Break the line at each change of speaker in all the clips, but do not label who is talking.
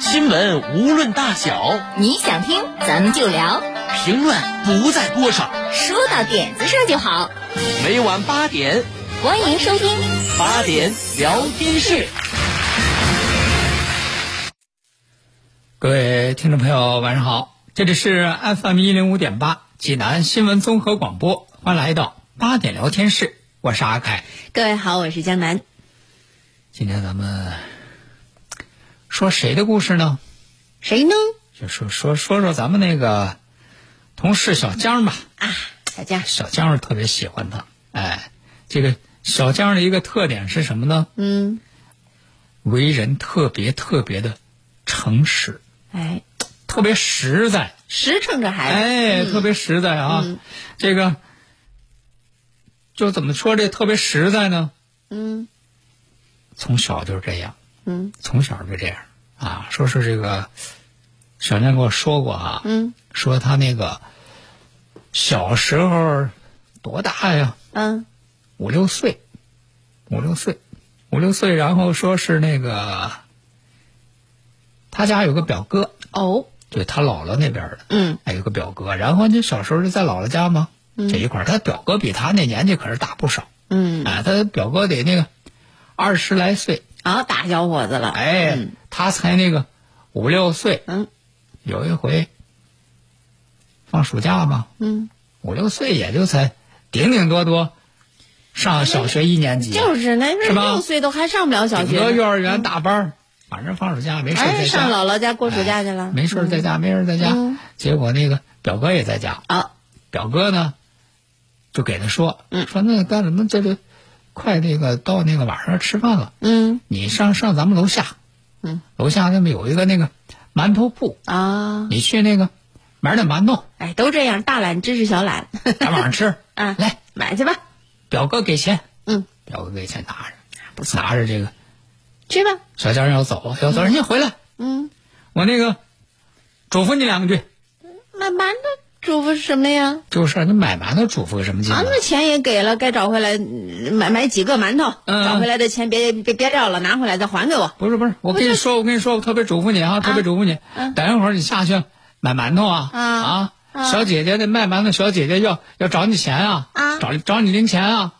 新闻无论大小，
你想听咱们就聊，
评论不在多少，
说到点子上就好。
每晚八点，
欢迎收听
八点聊天室。
各位听众朋友，晚上好，这里是 FM 一零五点八济南新闻综合广播，欢迎来到八点聊天室，我是阿凯。
各位好，我是江南。
今天咱们说谁的故事呢？
谁呢？
就说说说说咱们那个同事小江吧。
啊，小江。
小江儿特别喜欢他，哎，这个小江儿的一个特点是什么呢？
嗯，
为人特别特别的诚实，
哎，
特别实在。
实诚这孩子。
哎，特别实在啊！
嗯
这个就怎么说这特别实在呢？
嗯
从小就是这样，
嗯
从小就这样啊。说是这个小江跟我说过啊，
嗯
说他那个小时候多大呀？
嗯
五六岁，五六岁，五六岁。然后说是那个他家有个表哥，
哦
对他姥姥那边的，哎
嗯
还有个表哥，然后就小时候就在姥姥家嘛，
嗯
这一块儿，他表哥比他那年纪可是大不少，
嗯，
哎，他表哥得那个二十来岁，
啊，大小伙子了。
哎，
嗯
他才那个五六岁。
嗯
有一回放暑假嘛，
嗯，
五六岁也就才顶顶多多上小学一年级，
就是那
是
那
吧
六岁都还上不了小
顶
学
多
呢。
幼儿园大班儿，反正放暑假没事儿在
哎，
家，
上姥姥家过暑假去了。
哎没事儿在家，没事儿在家
嗯。
结果那个表哥也在家，
啊，
表哥呢，就给他说，
嗯
说那干什么？这就快那个到那个晚上吃饭了，
嗯
你上上咱们楼下，
嗯，
楼下那么有一个那个馒头铺，
啊，
你去那个买点馒 头，
哎，都这样，大懒支持小懒
咱晚上吃。
啊，
来，
买去吧。
表哥给钱，
嗯，
表哥给钱拿着，拿着这个
去吧。
小家人要走，要走，人家回来，
嗯，
我那个嘱咐你两句，
买馒头嘱咐什么呀？
就是你买馒头嘱咐个什么劲
啊，
呢？
那钱也给了，该找回来，嗯买买几个馒头，
嗯
找回来的钱别别别掉了，拿回来再还给我。
不是不是，我跟你说，我跟你说，我特别嘱咐你啊，特别嘱咐你，
嗯
等一会儿你下去买馒头啊
啊啊
小姐姐那卖馒头小姐姐要要找你钱啊，
啊
找找你零钱啊，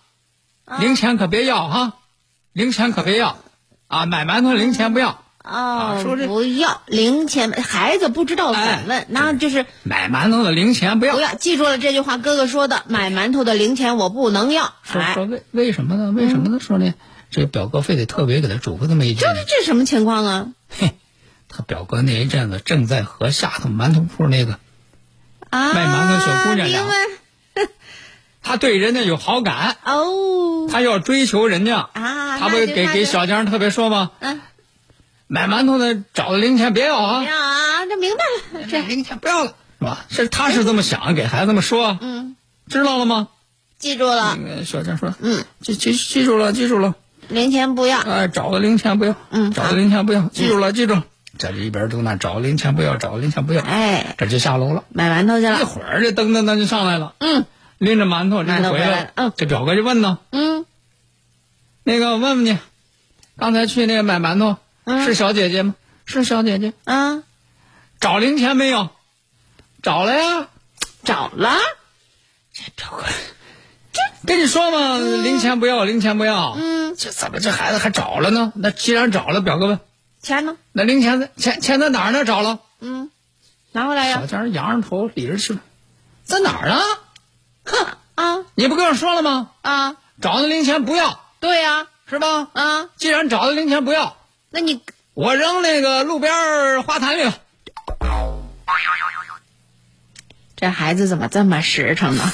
啊
零钱可别要哈、零钱可别要啊，买馒头零钱不要，
哦，
啊说这
不要零钱，孩子不知道
哎
反问，那就是
买馒头的零钱不要
不。要记住了这句话，哥哥说的，买馒头的零钱我不能要。
说
哎
说，为为什么呢？
嗯
为什么呢？说呢，这表哥非得特别给他嘱咐这么一句
这
呢。
这什么情况啊？
他表哥那一阵子正在和下头馒头铺那个，
啊，
卖馒头小姑娘呀
明白
他对人家有好感，
哦
他要追求人家。
啊，
他不是
那就
给
那
给
就
小江特别说吗？
嗯，
买馒头的找的零钱别要
哎
啊，
呀啊，这明白了，
这
这
零钱不要了，是吧？是他是这么想，给孩子们说，啊
嗯，
知道了吗？
记住了
那，个小江说，
嗯，
记记记住了，记住了，
零钱不要，
哎，找的零钱不要，
嗯
找的零钱不要，记住了，记住了。在这一边都那找的零钱不要，找的零钱不要，
哎，
这就下楼了。
买馒头去
一
了，
会儿这噔噔噔就上来了，
嗯，
拎着馒头，
馒
拎
头
着回
回来
来
了嗯
这表哥就问呢，
嗯
那个我问问你，刚才去那个买馒头
嗯
是小姐姐吗？是小姐姐。
啊，
找零钱没有？找了呀。
找了，
跟你说嘛，零钱不要，零钱不要。
嗯，
这怎么这孩子还找了呢？那既然找了，表哥问，
钱呢？
那零钱在钱钱在哪儿呢？找了。
嗯，拿回来
小
呀，
江仰着头理着气，在哪儿呢？啊
哼啊
你不跟我说了吗？
啊，
找的零钱不要，
对呀，
是吧？
啊，
既然找的零钱不要，
那你
我扔那个路边儿花坛里了。
这孩子怎么这么实诚呢？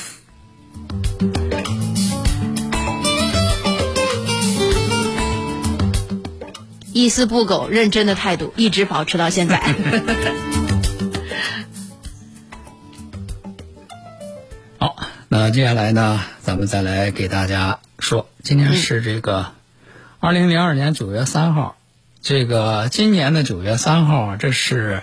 一丝不苟、认真的态度一直保持到现在。
好，那接下来呢，咱们再来给大家说，今
嗯
天是这个二零零二年九月三号，这个今年的九月三号啊，这是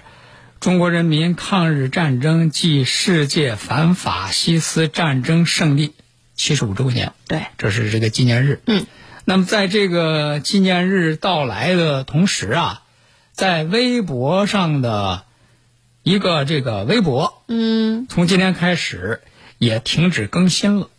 中国人民抗日战争暨世界反法西斯战争胜利七十五周年，
对，
这是这个纪念日。
嗯，
那么在这个纪念日到来的同时啊，在微博上的一个这个微博，
嗯，
从今天开始也停止更新了。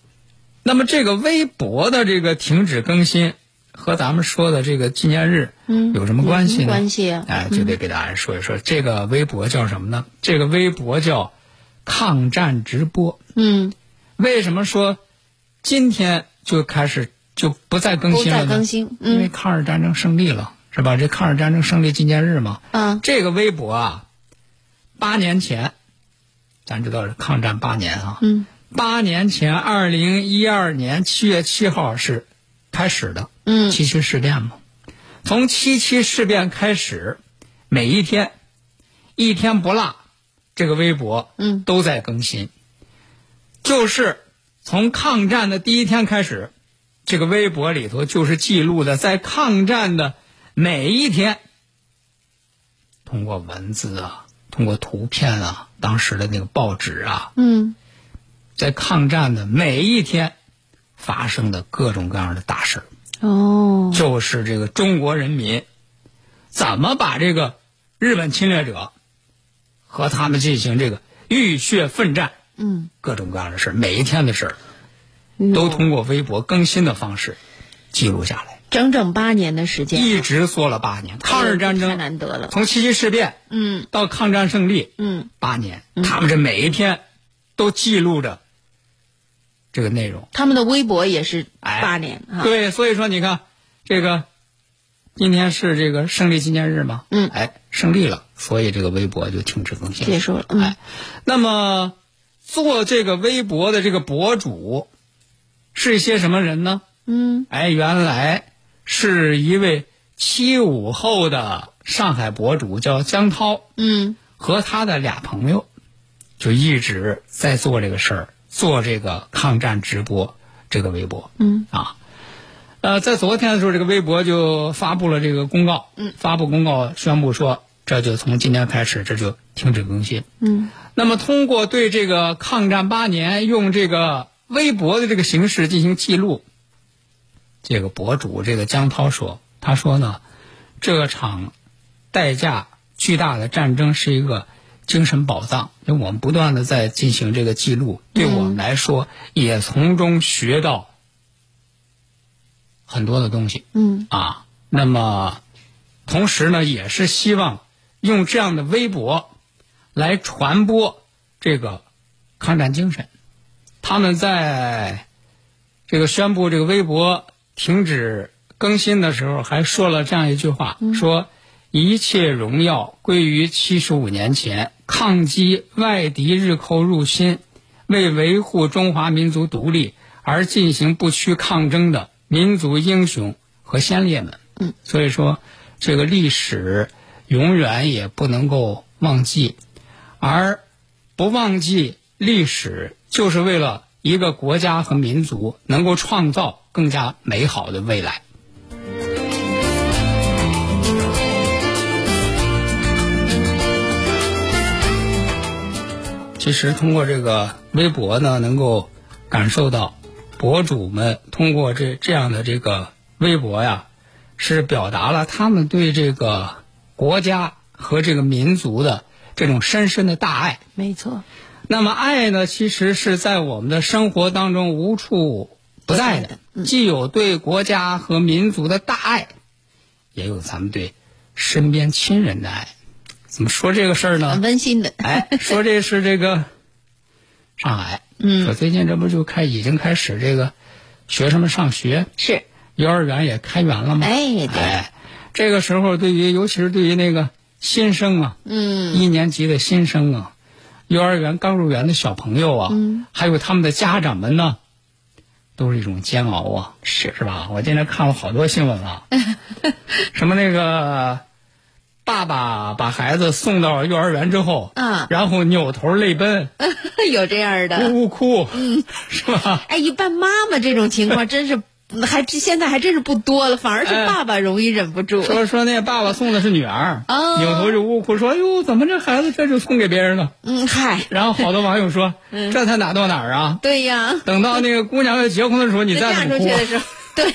那么这个微博的这个停止更新和咱们说的这个纪念日，
嗯
有什么关系呢？
有什么关系啊
哎，就得给大家说一说，这个微博叫什么呢？这个微博叫抗战直播。
嗯，
为什么说今天就开始就不再更
不
新了
再
呢？
更新，
因为
嗯
抗日战争胜利了，是吧？这抗日战争胜利纪念日嘛，
嗯
这个微博啊，八年前，咱知道是抗战八年啊，
嗯
八年前，二零一二年七月七号是开始的
嗯
七七事变嘛。从七七事变开始，每一天，一天不落，这个微博
嗯
都在更新。就是从抗战的第一天开始，这个微博里头就是记录的在抗战的每一天，通过文字啊，通过图片啊，当时的那个报纸啊，
嗯
在抗战的每一天发生的各种各样的大事儿，
哦，
就是这个中国人民怎么把这个日本侵略者和他们进行这个浴血奋战，
嗯
各种各样的事儿，每一天的事儿都通过微博更新的方式记录下来，
整整八年的时间，啊
一直做了八年。抗日战
嗯哎太
争
难得了，
从七七事变
嗯
到抗战胜利，
嗯，
八年，他们这每一天都记录着这个内容。
他们的微博也是
哎
八年啊哈，
对，所以说你看，这个今天是这个胜利纪念日嘛，
嗯
哎，胜利了，所以这个微博就停止更新了
结束了，嗯
哎，那么做这个微博的这个博主是一些什么人呢？
嗯
哎，原来是一位七五后的上海博主，叫江涛。
嗯
和他的俩朋友就一直在做这个事儿，做这个抗战直播这个微博。
嗯
啊，呃，在昨天的时候，这个微博就发布了这个公告，
嗯，
发布公告宣布说，这就从今天开始，这就停止更新。
嗯
那么，通过对这个抗战八年用这个微博的这个形式进行记录，这个博主这个江涛说，他说呢，这场代价巨大的战争是一个精神宝藏，因为我们不断的在进行这个记录，对我们来说也从中学到很多的东西。
嗯
啊。那么，同时呢，也是希望用这样的微博来传播这个抗战精神。他们在这个宣布这个微博停止更新的时候，还说了这样一句话：说一切荣耀归于七十五年前抗击外敌日寇入侵，为维护中华民族独立而进行不屈抗争的民族英雄和先烈们。
嗯，
所以说，这个历史永远也不能够忘记，而不忘记历史，就是为了一个国家和民族能够创造更加美好的未来。其实通过这个微博呢，能够感受到博主们通过这这样的这个微博呀，是表达了他们对这个国家和这个民族的这种深深的大爱。
没错，
那么爱呢，其实是在我们的生活当中无处不在
不在
的
的，嗯
既有对国家和民族的大爱，也有咱们对身边亲人的爱。怎么说这个事儿
很
呢？
温馨的，
哎，说这是这个上海，说
嗯
最近这不就开已经开始这个学生们上学，
是，
幼儿园也开园了吗？
哎对，
嗯哎，这个时候对于尤其是对于那个新生啊，
嗯
一年级的新生啊，幼儿园刚入园的小朋友啊，
嗯
还有他们的家长们呢，都是一种煎熬啊，
是
是吧？我今天看了好多新闻啊，什么那个爸爸把孩子送到幼儿园之后，
嗯
然后扭头泪奔，
有这样的。
呜呜哭，
嗯
是吧？
哎，一般妈妈这种 情况真是还真现在还真是不多了，反而是
哎
爸爸容易忍不住。
说说那爸爸送的是女儿，
哦
扭头就呜呜哭，说：“哎呦，怎么这孩子这就送给别人了
嗯，嗨？”，
然后好多网友说：“
嗯
这才哪到哪儿啊？
对呀，
等到那个姑娘要结婚的时候，你
那
再
嫁
怎么
出去
哭啊
的时候，对，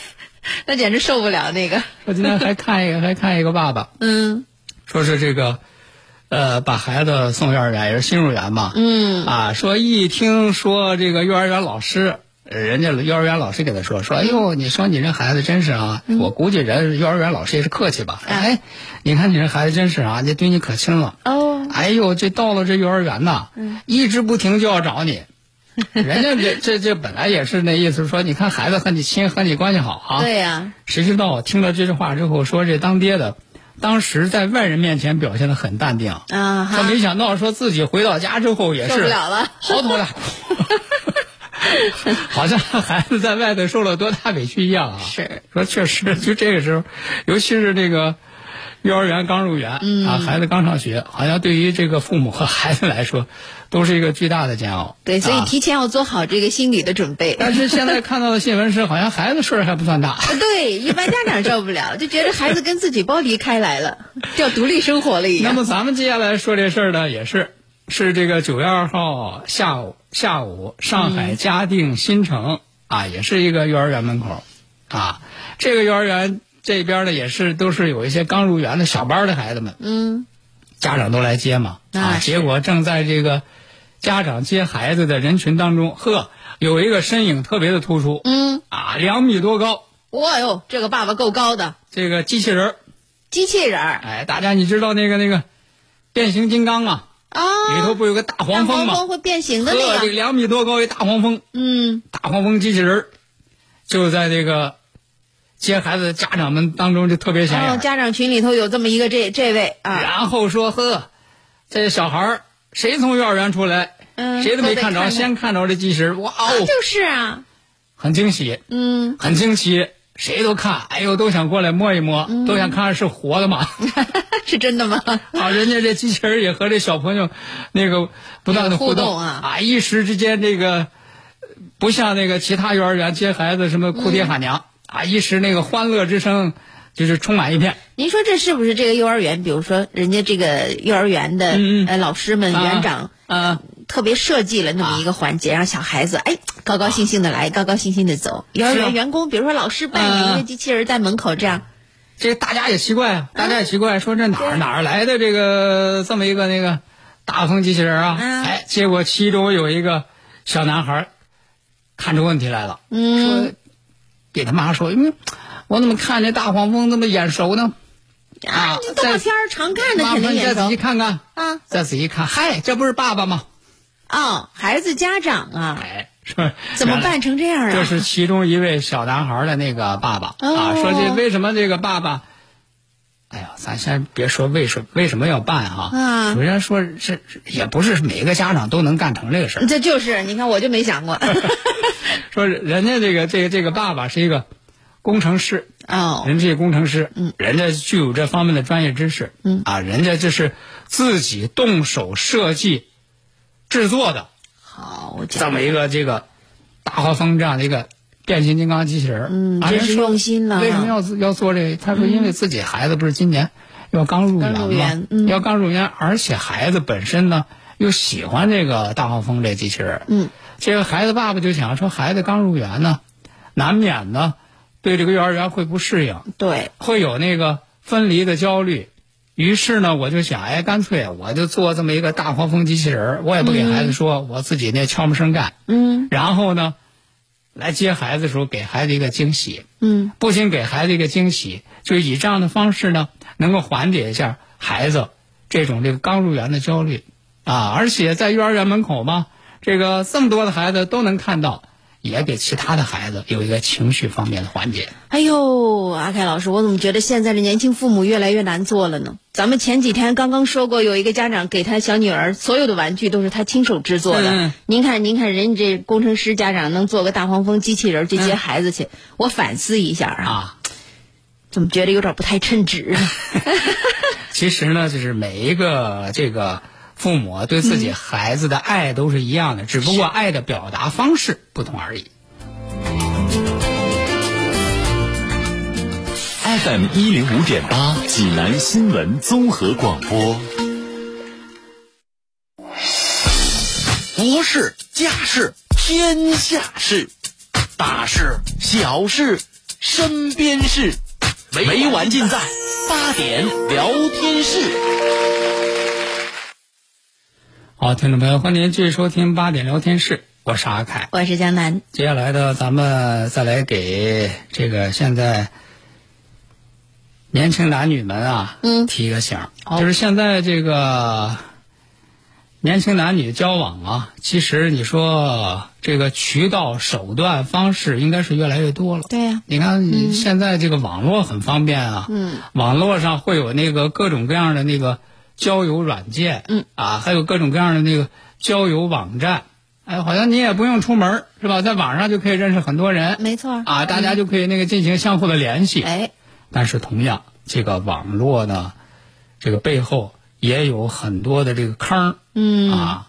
那简直受不了那个。？”
我今天还看一个，还看一个爸爸，
嗯
说是这个，呃，把孩子送幼儿园也是新入园嘛，
嗯
啊，说一听说这个幼儿园老师，呃人家幼儿园老师给他说说，哎呦，你说你这孩子真是啊，
嗯
我估计人幼儿园老师也是客气吧，哎，你看你这孩子真是啊，你对你可亲了，
哦，
哎呦，这到了这幼儿园呐，
嗯
一直不停就要找 你。人家这这这本来也是那意思，说你看孩子和你亲，和你关系好啊。
对呀，
谁知道听了这句话之后，说这当爹的，当时在外人面前表现的很淡定，
啊
他
哈，
没想到说自己回到家之后也
受不
是
了了。
嚎啕 大哭，好像孩子在外头受了多大委屈一样啊。
是，
说确实，就这个时候，尤其是这个幼儿园刚入园、
嗯
啊，孩子刚上学，好像对于这个父母和孩子来说，都是一个巨大的煎熬。
对，所以
啊
提前要做好这个心理的准 备。呃
但是现在看到的新闻是，好像孩子事儿还不算大。
对，一般家长受不了，就觉得孩子跟自己剥离开来了，就要独立生活了一
那
样。
么咱们接下来说这事儿呢，也是是这个九月二号下午下午，上海嘉定新城、啊，也是一个幼儿园门口啊，这个幼儿园这边呢也是都是有一些刚入园的小班的孩子们，
嗯，
家长都来接嘛啊
啊，
结果正在这个家长接孩子的人群当中，呵，有一个身影特别的突出，
嗯，
啊，两米多高，
哇哟，这个爸爸够高的，
这个机器人儿，
机器人儿
哎，大家你知道那个那个变形金刚啊，
啊，
里头不有个大黄蜂
黄
吗？
蜂会变形的
呵，
那
这个
个，
两米多高一大黄蜂，
嗯，
大黄蜂机器人儿就在这个接孩子的家长们当中就哎特别显
然后
眼。
哦家长群里头有这么一个这这位啊，
然后说呵，这小孩儿谁从幼儿园出来，
嗯
谁都没看
都得看
着，
看
先看着这机器人儿，哇
啊
哦，
就是啊，
很惊喜，
嗯，
很惊奇，谁都看，哎呦，都想过来摸一摸，
嗯
都想看看是活的嘛。
是真的吗？
啊，人家这机器人也和这小朋友那个不断的
有互
动
动啊
一时之间这个呃不像那个其他幼儿园接孩子什么哭
嗯
爹喊娘、啊，一时那个欢乐之声就是充满一片。
您说这是不是这个幼儿园？比如说人家这个幼儿园的
嗯嗯
呃老师们、
啊
园长
啊，
特别设计了那么一个环节，让小孩子哎高高兴兴的来，高高兴兴的走。幼儿
是啊
园员工，比如说老师扮演一
啊
个机器人在门口这样，
这大家也奇怪啊，大家也奇怪，说这哪
嗯
儿哪儿来的这个这么一个那个大风机器人啊？
啊
哎，结果其中有一个小男孩儿看出问题来了，
嗯
说给他妈说，嗯，我怎么看这大黄蜂这么眼熟呢？啊
啊，这动画
在
片儿常看的
妈
肯
妈，
定
你再
眼
仔
熟
细看看，
啊。
再仔细看，嗨，这不是爸爸吗？
哦，孩子家长啊，
哎，说
怎么办？成这样啊？
这是其中一位小男孩的那个爸爸、
哦
啊，说这为什么这个爸爸？哎呀，咱先别说为什为什么要办啊，
啊
首先说这也不是每个家长都能干成这个事儿。
这就是你看，我就没想过。
说人家这个这个这个爸爸是一个工程师，
哦，
人家是一个工程师，嗯，人家具有这方面的专业知识，嗯啊，人家这是自己动手设计制作的，
好
这
家伙
么，一个这个大黄蜂这样的一个变形金刚机器人儿，
嗯
啊
真
人
是
说
用心了啊嗯
为什么要自要做这个？他说，因为自己孩子不是今年要刚入园
刚入
嘛
园，嗯
要刚入园，而且孩子本身呢又喜欢这个大黄蜂这机器人，
嗯，
这个孩子爸爸就想说，孩子刚入园呢，难免呢对这个幼儿园会不适应，
对，
会有那个分离的焦虑。于是呢，我就想，哎，干脆我就做这么一个大黄蜂机器人儿，我也不给孩子说，我自己那悄没声干。
嗯
然后呢，来接孩子的时候给孩子一个惊喜，
嗯，
不仅给孩子一个惊喜，就以这样的方式呢，能够缓解一下孩子这种这个刚入园的焦虑啊。而且在幼儿园门口嘛，这个这么多的孩子都能看到，也给其他的孩子有一个情绪方面的缓解。
哎呦，阿凯老师，我怎么觉得现在的年轻父母越来越难做了呢？咱们前几天刚刚说过，有一个家长给他小女儿所有的玩具都是他亲手制作的。
嗯
您看，您看，人家这工程师家长能做个大黄蜂机器人去接
嗯
孩子去，我反思一下啊，
啊，
怎么觉得有点不太称 职啊？
其实呢，就是每一个这个父母啊对自
嗯
己孩子的爱都是一样的，只不过爱的表达方式不同而已。
FM 一零五点八，济南新闻综合广播。
国事、家事、天下事，大事、小事、身边事，每晚尽在八点聊天室。
好，听众朋友，欢迎您继续收听八点聊天室，我是阿凯。
我是江南，
接下来呢，咱们再来给这个现在年轻男女们啊，
嗯
提一个醒儿，
好
就是现在这个年轻男女交往啊，其实你说这个渠道、手段、方式应该是越来越多了。
对呀
你看你现在这个网络很方便啊，
嗯，
网络上会有那个各种各样的那个交友软件，
嗯，
啊，还有各种各样的那个交友网站，哎，好像你也不用出门儿是吧？在网上就可以认识很多人，
没错儿
啊，大家就可以那个进行相互的联系，
哎，
但是同样，这个网络呢，这个背后也有很多的这个坑儿，
嗯
啊，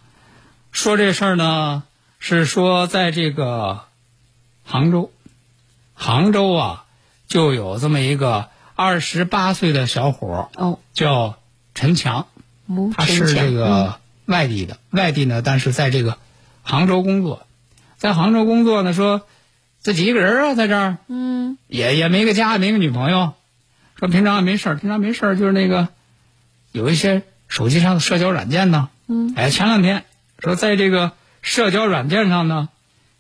说这事儿呢，是说在这个杭州，杭州啊，就有这么一个二十八岁的小伙儿
哦，
叫陈强，
吴
他是
陈强
这个外地的，外地呢，但是在这个杭州工作，在杭州工作呢，说自己一个人啊，在这儿，
嗯
也也没个家，没个女朋友，说平常也没事儿，平常没事儿就是那个有一些手机上的社交软件呢，
嗯，
哎，前两天说在这个社交软件上呢，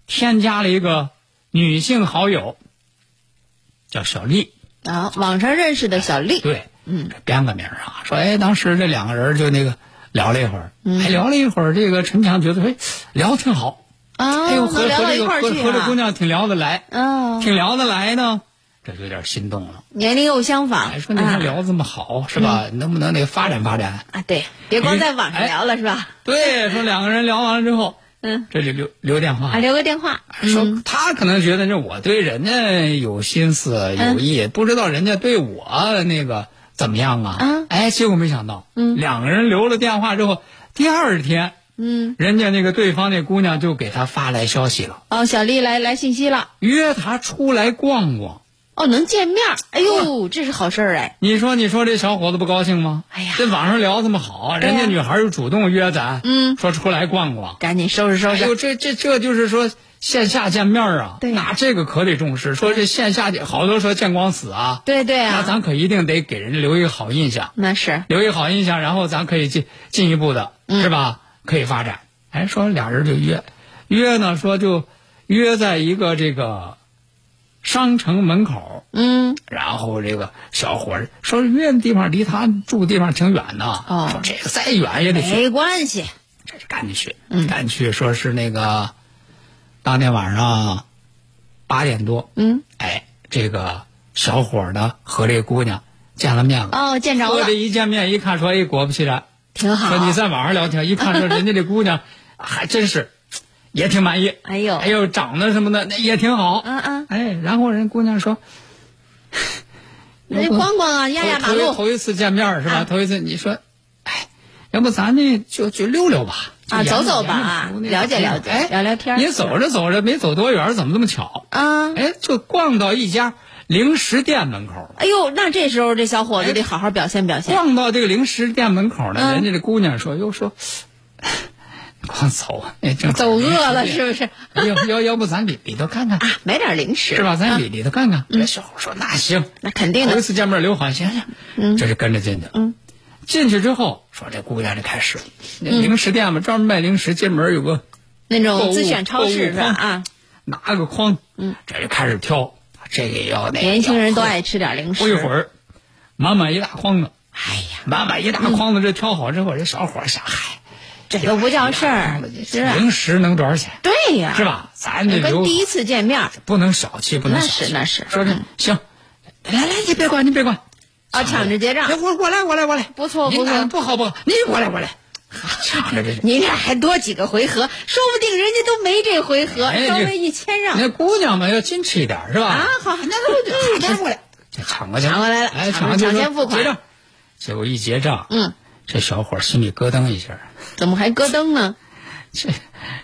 添加了一个女性好友，叫小丽，
嗯啊，网上认识的小丽，
对，
嗯，
这编个名儿啊，说哎，当时这两个人就那个聊了一会儿，
嗯
还聊了一会儿，这个陈强觉得哎聊得挺好，
啊，
哎呦，和
能聊
和
到
这
一
个
块儿
和
去
和这姑
啊，
娘挺聊得来，
嗯，
挺聊得来呢，这有点心动了。
年龄又相仿，
哎，说你看
啊嗯
聊得这么好、是吧？能不能那个发展发展？
啊，对，别
哎
光在网上聊了是吧？
对，说两个人聊完了之后，
嗯，
这就留留电话
啊，。留个电话，嗯
说他可能觉得这我对人家有心思有意，不知道人家对我那个怎么样啊？
嗯
哎，结果没想到，嗯，两个人留了电话之后，第二天，
嗯，
人家那个对方那姑娘就给他发来消息了，
哦，小丽来来信息了，
约他出来逛逛。
哦，能见面儿，哎呦，这是好事儿哎，
你说，你说这小伙子不高兴吗？
哎呀
这网上聊这么好，
对
人
呀
家女孩又主动约咱，
嗯
说出来逛逛。
赶紧收拾收
哎
拾
呦，，这这这就是说线下见面啊，
对呀
那这个可得重视。说这线下见好多说见光死啊，
对对
那
啊，
咱可一定得给人留一个好印象，
那是，
留一个好印象，然后咱可以进进一步的，
嗯
是吧？可以发展。哎，说俩人就约，约呢说就约在一个这个商城门口，
嗯，
然后这个小伙儿说约的地方离他住的地方挺远的，
哦哎
说这个再远也得去，
没关系，
这是赶紧去，
嗯
赶紧去，说是那个当天晚上八点多，
嗯，
哎，这个小伙儿呢和这姑娘见了面了，
哦，见着
说
了
这，一见面一看说，哎，果不其然，
挺好
说，你在网上聊天，一看说人家这姑娘 还真是也挺满意，
哎呦
哎呦长得什么的那也挺好，
嗯嗯，
哎，然后人姑娘说。
那逛逛啊，压压马
头头
路
头一次见面儿是吧？
啊
头一次你说，哎，要不咱那就就溜溜吧，
啊
就沿着
走走吧啊
沿着湖那个
了解了解
哎
聊聊天儿
你走着走着，没走多远，怎么这么巧？
啊，
哎，就逛到一家零食店门口了。
哎呦，那这时候这小伙子得好好表现表现，
逛到这个零食店门口呢，
嗯
人家这姑娘说，又说， 光走，哎，正好
走饿了
零食
是不是？
店，要要要不咱里里头看看，
嗯啊买点零食啊
是吧？咱里里头看看。这小伙说那行，
嗯那肯定的嗯
头一次见面刘好，行行，这就跟着进去了。进去之后，说这姑娘就开始，那
嗯
零食店嘛，专门卖零食，进门有个
那
购
种
物
自选超市是吧？
购物筐
啊，
拿个筐，这就开始挑，这个也要那个。
嗯年轻人都。爱吃点零食。
不一会儿，满满一大筐子，
哎呀，
满满一大筐子，这挑好之后，这小伙儿想，嗨，
这个不叫事儿，是吧？
零食能多少钱？
对呀，
是？吧？咱这
跟
留
第一次见面儿啊
不能小气，不能
那
小
是
气。
那是嗯
说这行，来来，你别管，你别管，
啊，抢着结
哎，
账，
我我来，我来，我来，
不错
你
不错
哪不好不好，你我来，我来，抢着这是。
你俩还多几个回合，说不定人家都没这回合，
哎
稍
这
微一谦让
那姑娘嘛要矜持一点是吧？ 哎
啊，好，那
那我来，抢过去了，
啊抢过来了
哎，
抢
抢过去
抢
说
先付款
结账，结果一结账，
嗯，
这小伙儿心里咯噔一下，
怎么还咯噔呢？
这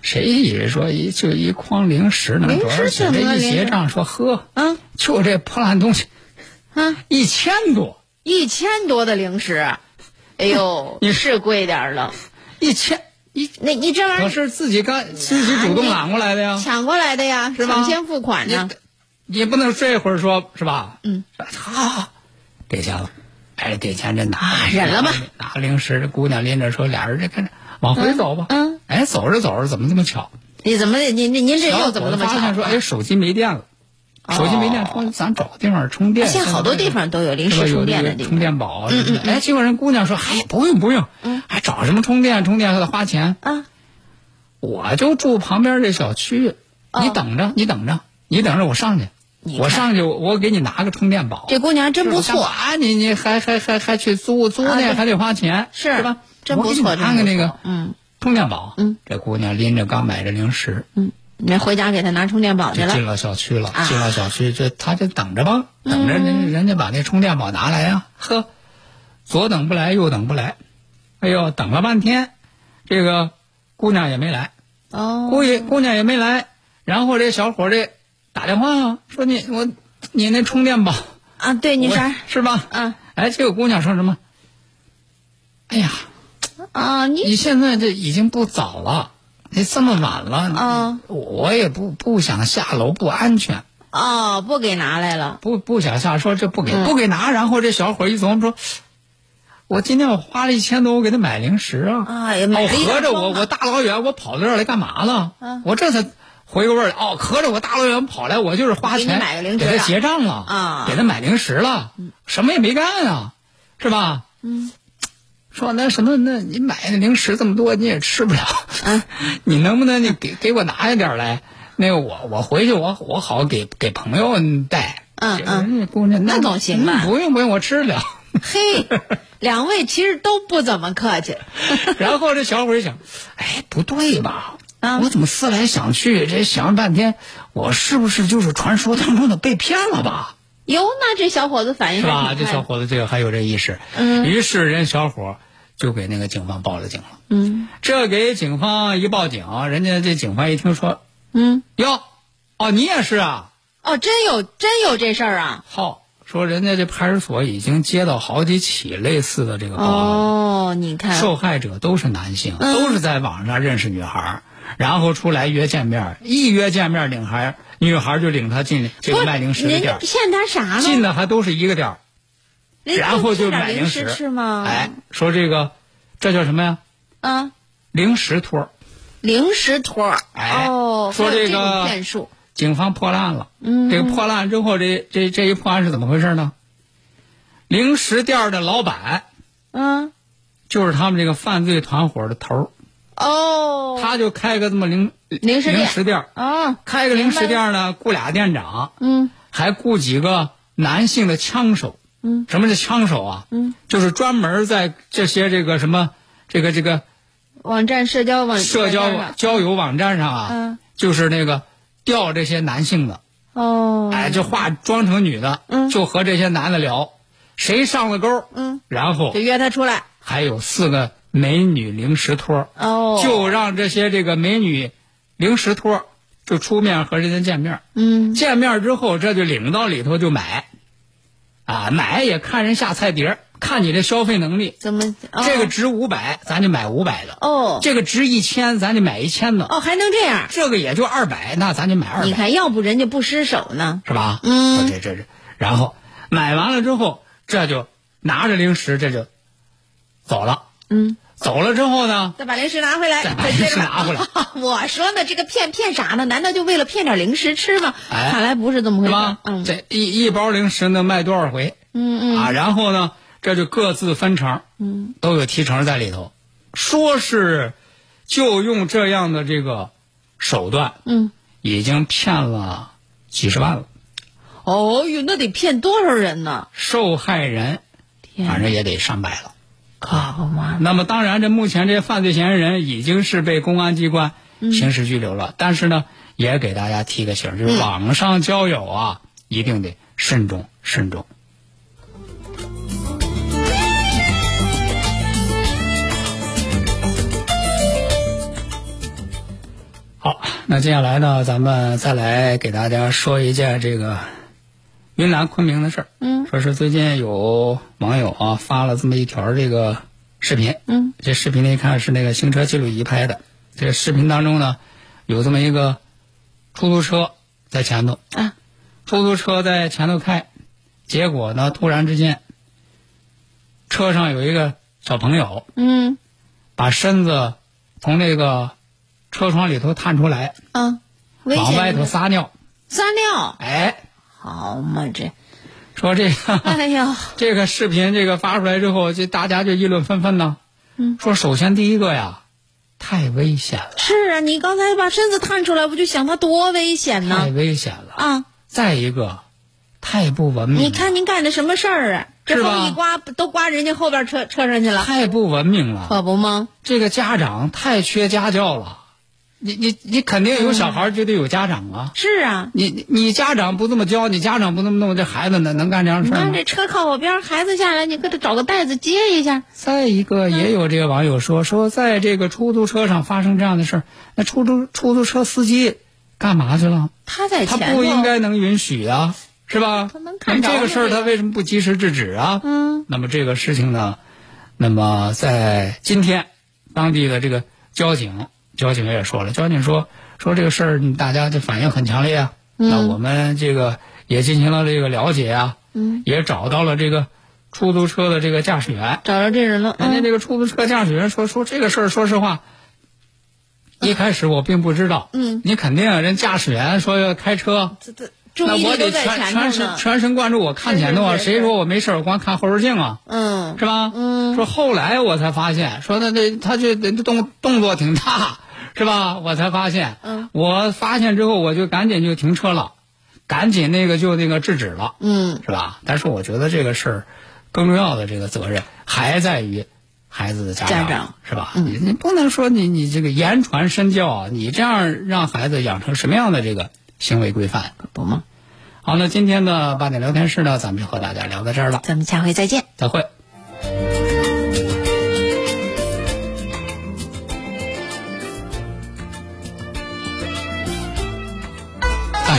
谁以为说一就一筐零食能多少
零食
钱？
怎么了
这一
零食
结账说呵，
啊
就这破烂东西
啊，
一千多，
一千多的零食，哎呦，
你
是贵点儿了。
一千一，
那你这玩意
可
儿
是自己干自己主动揽过来的呀，
抢过来的呀，
是吧
抢先付款
你
呢。
你不能这会儿说是吧？
嗯，
好好，好给钱了，哎，给钱这拿
啊忍了吧，
拿零食，这姑娘拎着说俩人这跟着往回走吧，
嗯嗯
哎，走着走着怎么这么巧？
你怎么的？您您您这
然后
又怎么那么
我发现说，
巧？啊哦
哎，手机没电了，手机没电，说咱找个地方充电。
哎现在好多地方都有临
是吧
时充
有这
电
个
的地
充
方嗯
电宝什么的。哎，结果人姑娘说，哎，不用不用，还找什么充电？充电还得花钱。
啊。
我就住旁边这小区，
哦
你等着，你等着，你等着，我上去
你，看
我上去，我给你拿个充电宝。
这姑娘还真不
我干
错，
嘛你你还还还还去租租
啊对
那还得花钱，
是
吧？
真不错，
我给你拿个
真
那
不
个
错。嗯，
充电宝，
嗯，
这姑娘拎着刚买的零食，
你回家给她拿充电宝去
就进
了。
了小区了
啊，嗯
进了小区，这他就等着吧，等着人人家把那充电宝拿来呀、呵，左等不来，右等不来，哎呦，等了半天，这个姑娘也没来，
哦，
姑爷姑娘也没来，然后这小伙儿这打电话啊，说你我你那充电宝
啊，对你
我
啥？
是吧？
啊
哎，这个姑娘说什么？哎呀，
啊，你
你现在这已经不早了，你这么晚了，你
啊
我也不不想下楼，不安全，
哦不给拿来了。
不不想下，说这不
嗯
给、不给拿。然后这小伙一琢磨说，我今天我花了一千多，我给他买零食啊，
哎呀，买
哦，
了一
合
大
着
筐
我我
啊
大老远我跑到这儿来干嘛了？
嗯
我这才回个味儿来。哦，合着我大老远跑来，我就是花
给你
钱
买个零食
给
了
他结账了
啊嗯
给他买零食了，什么也没干啊，是吧？嗯。说那什么，那你买的零食这么多，你也吃不了，
嗯
你能不能你给给我拿一点儿来？那个我我回去我我好给给朋友带。
嗯
这
嗯，
人家姑娘
那总行吧
嗯不用不用，我吃得了。
嘿， 两位其实都不怎么客气。
然后这小伙儿一想，哎，不对吧？
啊
我怎么思来想去，这想了半天，我是不是就是传说当中的被骗了吧？
哟，那这小伙子反应
是吧？
还
这
挺快
小
的。
伙子这个还有这意识，
嗯
于是人小伙儿就给那个警方报了警了。
嗯
这给警方一报警，人家这警方一听说，
嗯，
哟，哦，你也是啊？
哦，真有真有这事儿啊。
好，说人家这派出所已经接到好几起类似的这个报案了。
哦，你看，
受害者都是男性，
嗯
都是在网上认识女孩儿，然后出来约见面儿，一约见面儿，领孩儿女孩儿就领他进这
不
个
是
卖零食的
人
店儿，
家骗他啥
进
呢？
的还都是一个店儿，
人家
然后
骗
就
点
买
零
食
吃吗？
哎，说这个这叫什么呀？
啊，
零食托儿。
零食托儿。
哎
哦，
说
还有
这
这种
个
骗术。
警方破烂了，
嗯
这个破烂之后，这这这一破案是怎么回事呢？零食店儿的老板
嗯，
就是他们这个犯罪团伙的头儿，
哦，
他就开个这么零
零食店
零食店儿，
啊，
开个零食店儿呢，雇俩店长，
嗯
还雇几个男性的枪手。
嗯，
什么是枪手啊？
嗯，
就是专门在这些这个什么这个这个
网站社交网
社交
网站
网
上
交友网站上啊，
嗯
就是那个调这些男性的，
哦，
哎，就化妆成女的，
嗯
就和这些男的聊，谁上了钩，
嗯，
然后
就约他出来
还有四个美女零食托，
哦，
就让这些这个美女零食托就出面和人家见面。
嗯
见面之后，这就领到里头就买，啊，买也看人下菜碟儿，看你这消费能力。
怎么哦
这个值五百，咱就买五百的；
哦
这个值一千，咱就买一千的；
哦还能这样？
这个也就二百，那咱就买二
你
百，
看，要不人家不失手呢。
是吧？
嗯
说这这这，然后买完了之后，这就拿着零食，这就走了。
嗯，
走了之后呢，
再把零食拿回来，
再把
接
零
着
食
买
拿回来。
我说呢，这个骗骗啥呢？难道就为了骗点零食吃吗？
哎
看来不是这么回
是
事
吧
儿。？嗯
这一一包零食能卖多少回？
嗯嗯，
啊，然后呢，这就各自分成，嗯，都有提成在里头。说是就用这样的这个手段，
嗯，
已经骗了几十万了。
哦哟，那得骗多少人呢？
受害人
天
反正也得上百了。
好嘛，
那么当然，这目前这些犯罪嫌疑人已经是被公安机关刑事拘留了，但是呢，也给大家提个醒儿，就是网上交友啊，一定得慎重慎重。那接下来呢，咱们再来给大家说一件这个云南昆明的事儿。
嗯
说是最近有网友啊发了这么一条这个视频，
嗯，
这视频呢一看是那个行车记录仪拍的。这个视频当中呢，有这么一个出租车在前头，
啊，
出租车在前头开，结果呢，突然之间，车上有一个小朋友
嗯
把身子从这个车窗里头探出来，
啊，危
往外
险
头
的，
撒尿。
撒尿，
哎，
好嘛这，
说这个
哎呀，
这个视频这个发出来之后，就大家就议论纷纷呢。
嗯，
说首先第一个呀，太危险了，
是啊，你刚才把身子探出来，不就想他多危险
太
呢？
危险了。
啊，
再一个，太不文明了。
你看您干的什么事儿啊？
是
这
吧
风一刮，都刮人家后边车车上去了，
太不文明了。
可不吗？
这个家长太缺家教了，你你你肯定有小孩儿就得有家长啊。
是啊，
你你你家长不这么教，你家长不这么弄，这孩子能能干这样的
你
事儿
看
吗？
这车靠我边儿，孩子下来，你给他找个袋子接一下。
再一个，也有这个网友说说，在这个出租车上发生这样的事儿，那出租出租车司机干嘛去了？
他在
他
前头，
不应该能允许啊，是吧？
他能看着
这个事儿，
这
他
个
为什么不及时制止啊？
嗯
那么这个事情呢，那么在今天，当地的这个交警，交警也说了，交警说说这个事儿大家就反应很强烈啊。那我们这个也进行了这个了解啊，
嗯，
也找到了这个出租车的这个驾驶员。
找着这人了，
人家
嗯
这个出租车驾驶员说说这个事儿，说实话，一开始我并不知道。
嗯
你肯定啊人驾驶员说要开车，
这这注
那
意
我
力都
得
在
全
前
全
头
神
呢，
全神贯注我看前头啊。
是是是
谁说我没事儿，我光看后视镜啊，
嗯
是吧？
嗯
说后来我才发现，说他这他这动动作挺大，是吧？我才发现。
嗯。
我发现之后，我就赶紧就停车了，赶紧那个就那个制止了。
嗯，
是吧？但是我觉得这个事儿，更重要的这个责任还在于孩子的家
家长
是吧？
嗯
你你不能说你你这个言传身教啊，你这样让孩子养成什么样的这个行为规范？
可不吗？
好，那今天的八点聊天室呢，咱们就和大家聊到这儿了，
咱们下回再见。
再会。
大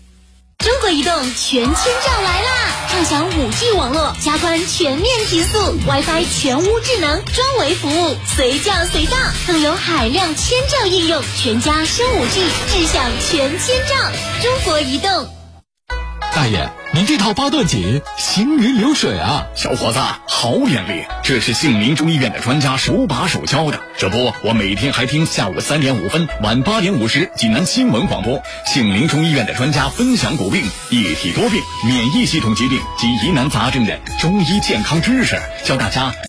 中国移动全千兆来啦！畅享 5G 网络，加宽全面提速，WiFi 全屋智能专为服务，随叫随到，更有海量千兆应用，全家升 5G，智享全千兆。中国移动。
大爷，您这套八段锦行云流水啊！
小伙子，好眼力！这是杏林中医院的专家手把手教的。这不，我每天还听下午三点五分、晚八点五十济南新闻广播，杏林中医院的专家分享骨病、一体多病、免疫系统疾病及疑难杂症的中医健康知识，教大家